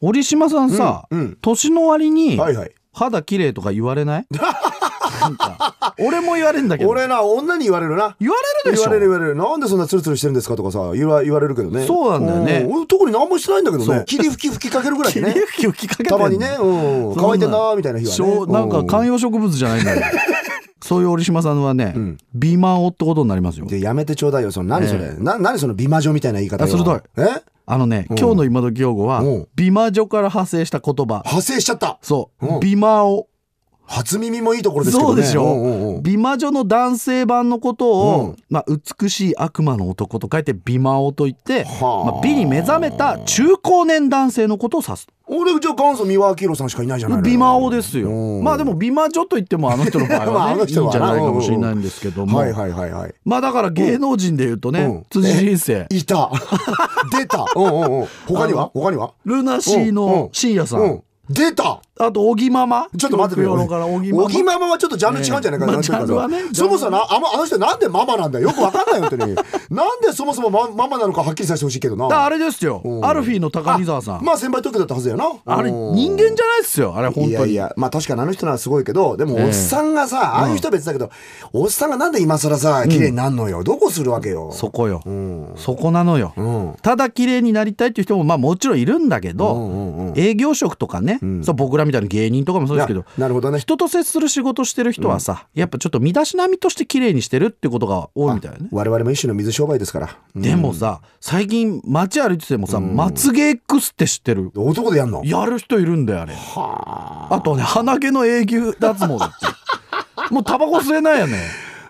折島さんさ、うんうん年の割にはいはい肌綺麗とか言われ ないなんか俺も言われるんだけど俺な女に言われるな言われるで言しょわれる言われるなんでそんなツルツルしてるんですかとかさ言わ言われるけどねそうなんだよねうん俺特に何もしてないんだけどそうね霧吹き吹きかけるぐらいでね霧吹きをきかけてんたのまにね、うん、乾いてんなーみたいな日しょはうねなんか観う葉植物じゃないんだ よそういう折島さんはね、ん美魔王ってことになりますよでやめてちょうだいよその何それ、な何その美魔女みたいな言い方よあ鋭いえあのね今日の今時用語はうん美魔女から派生した言葉派生しちゃったそう、うん美魔王初耳もいいところですけどねそうでしょんうんうん美魔女の男性版のことを、うんまあ、美しい悪魔の男と書いて美魔王と言って、はあまあ、美に目覚めた中高年男性のことを指す俺じゃあ元祖三輪明宏さんしかいないじゃないのよ美魔王ですようんまあでも美魔女と言ってもあの人の場合 まあはあねのいい人んはじなゃないかもしれないんですけどもはいはいはいはいまあだから芸能人で言うとね、うん辻人生いた 出たうんうんうん他には他にはルナシーうんうのん深夜さん、うん出たあと小木ママちょっと待ってくれ教育用語から小木ママ小木ママはちょっとジャンル違うんじゃないかええなんていうかさまあジャンルはねそもそもなあのあの人なんでママなんだよよくわかんないよってね なんでそもそもマママなのかはっきりさせてほしいけどなだからあれですようんアルフィーの高見沢さんまあ先輩特許だったはずだよなあれうん人間じゃないっすよあれ本当にいやいやまあ確かにあの人ならすごいけどでもええおっさんがさ、ああいう人は別だけど、おっさんがなんで今更さ綺麗になんのよ、どこするわけよそこよ、うんそこなのよ、うんただ綺麗になりたいっていう人もまあもちろんいるんだけど、うんうんうん営業職とかね、んそう僕らみたいな芸人とかもそうですけどななるほどね人と接する仕事してる人はさ、やっぱちょっと身だしなみとして綺麗にしてるってことが多いみたいなね我々も一種の水商売ですから、うんでもさ最近街歩いててもさ、まつげ X って知ってる男でやんのやる人いるんだよあれはあとね鼻毛の永久脱毛だって もうタバコ吸えないよね、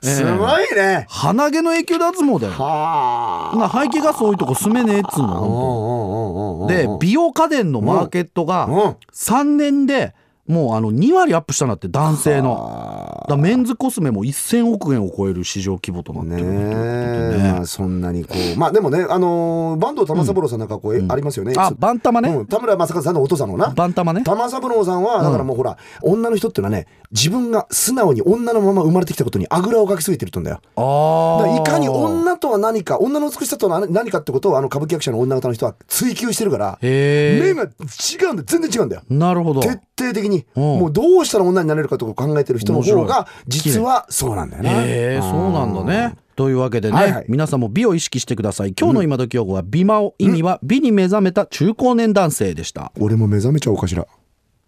あすいごいね、鼻毛の永久脱毛だよはあな排気ガス多いとこ住めねえっつうのうんほんとうんうんうんうんで美容家電のマーケットうがん3年でもうあの2割アップしたんだって男性のあだからメンズコスメも1000億円を超える市場規模となーってねるっていうことえ、でねまあ、そんなにこうまあでもねあのー、バンド玉三郎さんなんかこう、ありますよねあバンタマね、うん、田村正和さんのお父さんのなバンタマね玉三郎さんはだからもうほら、女の人っていうのはね自分が素直に女のまま生まれてきたことにあぐらをかきすぎてるって言うんだよだあかあらいかに女とは何か女の美しさとは何かってことをあの歌舞伎役者の女方の人は追求してるからへ目えが違うんだよ全然違うんだよなるほど徹底的にうんもうどうしたら女になれるかとか考えてる人の方が実はそうなんだよなええそうなんだね。というわけでね、はいはい皆さんも美を意識してください。今日の今時用語は美魔を、意味は美に目覚めた中高年男性でした。俺も目覚めちゃおうかしら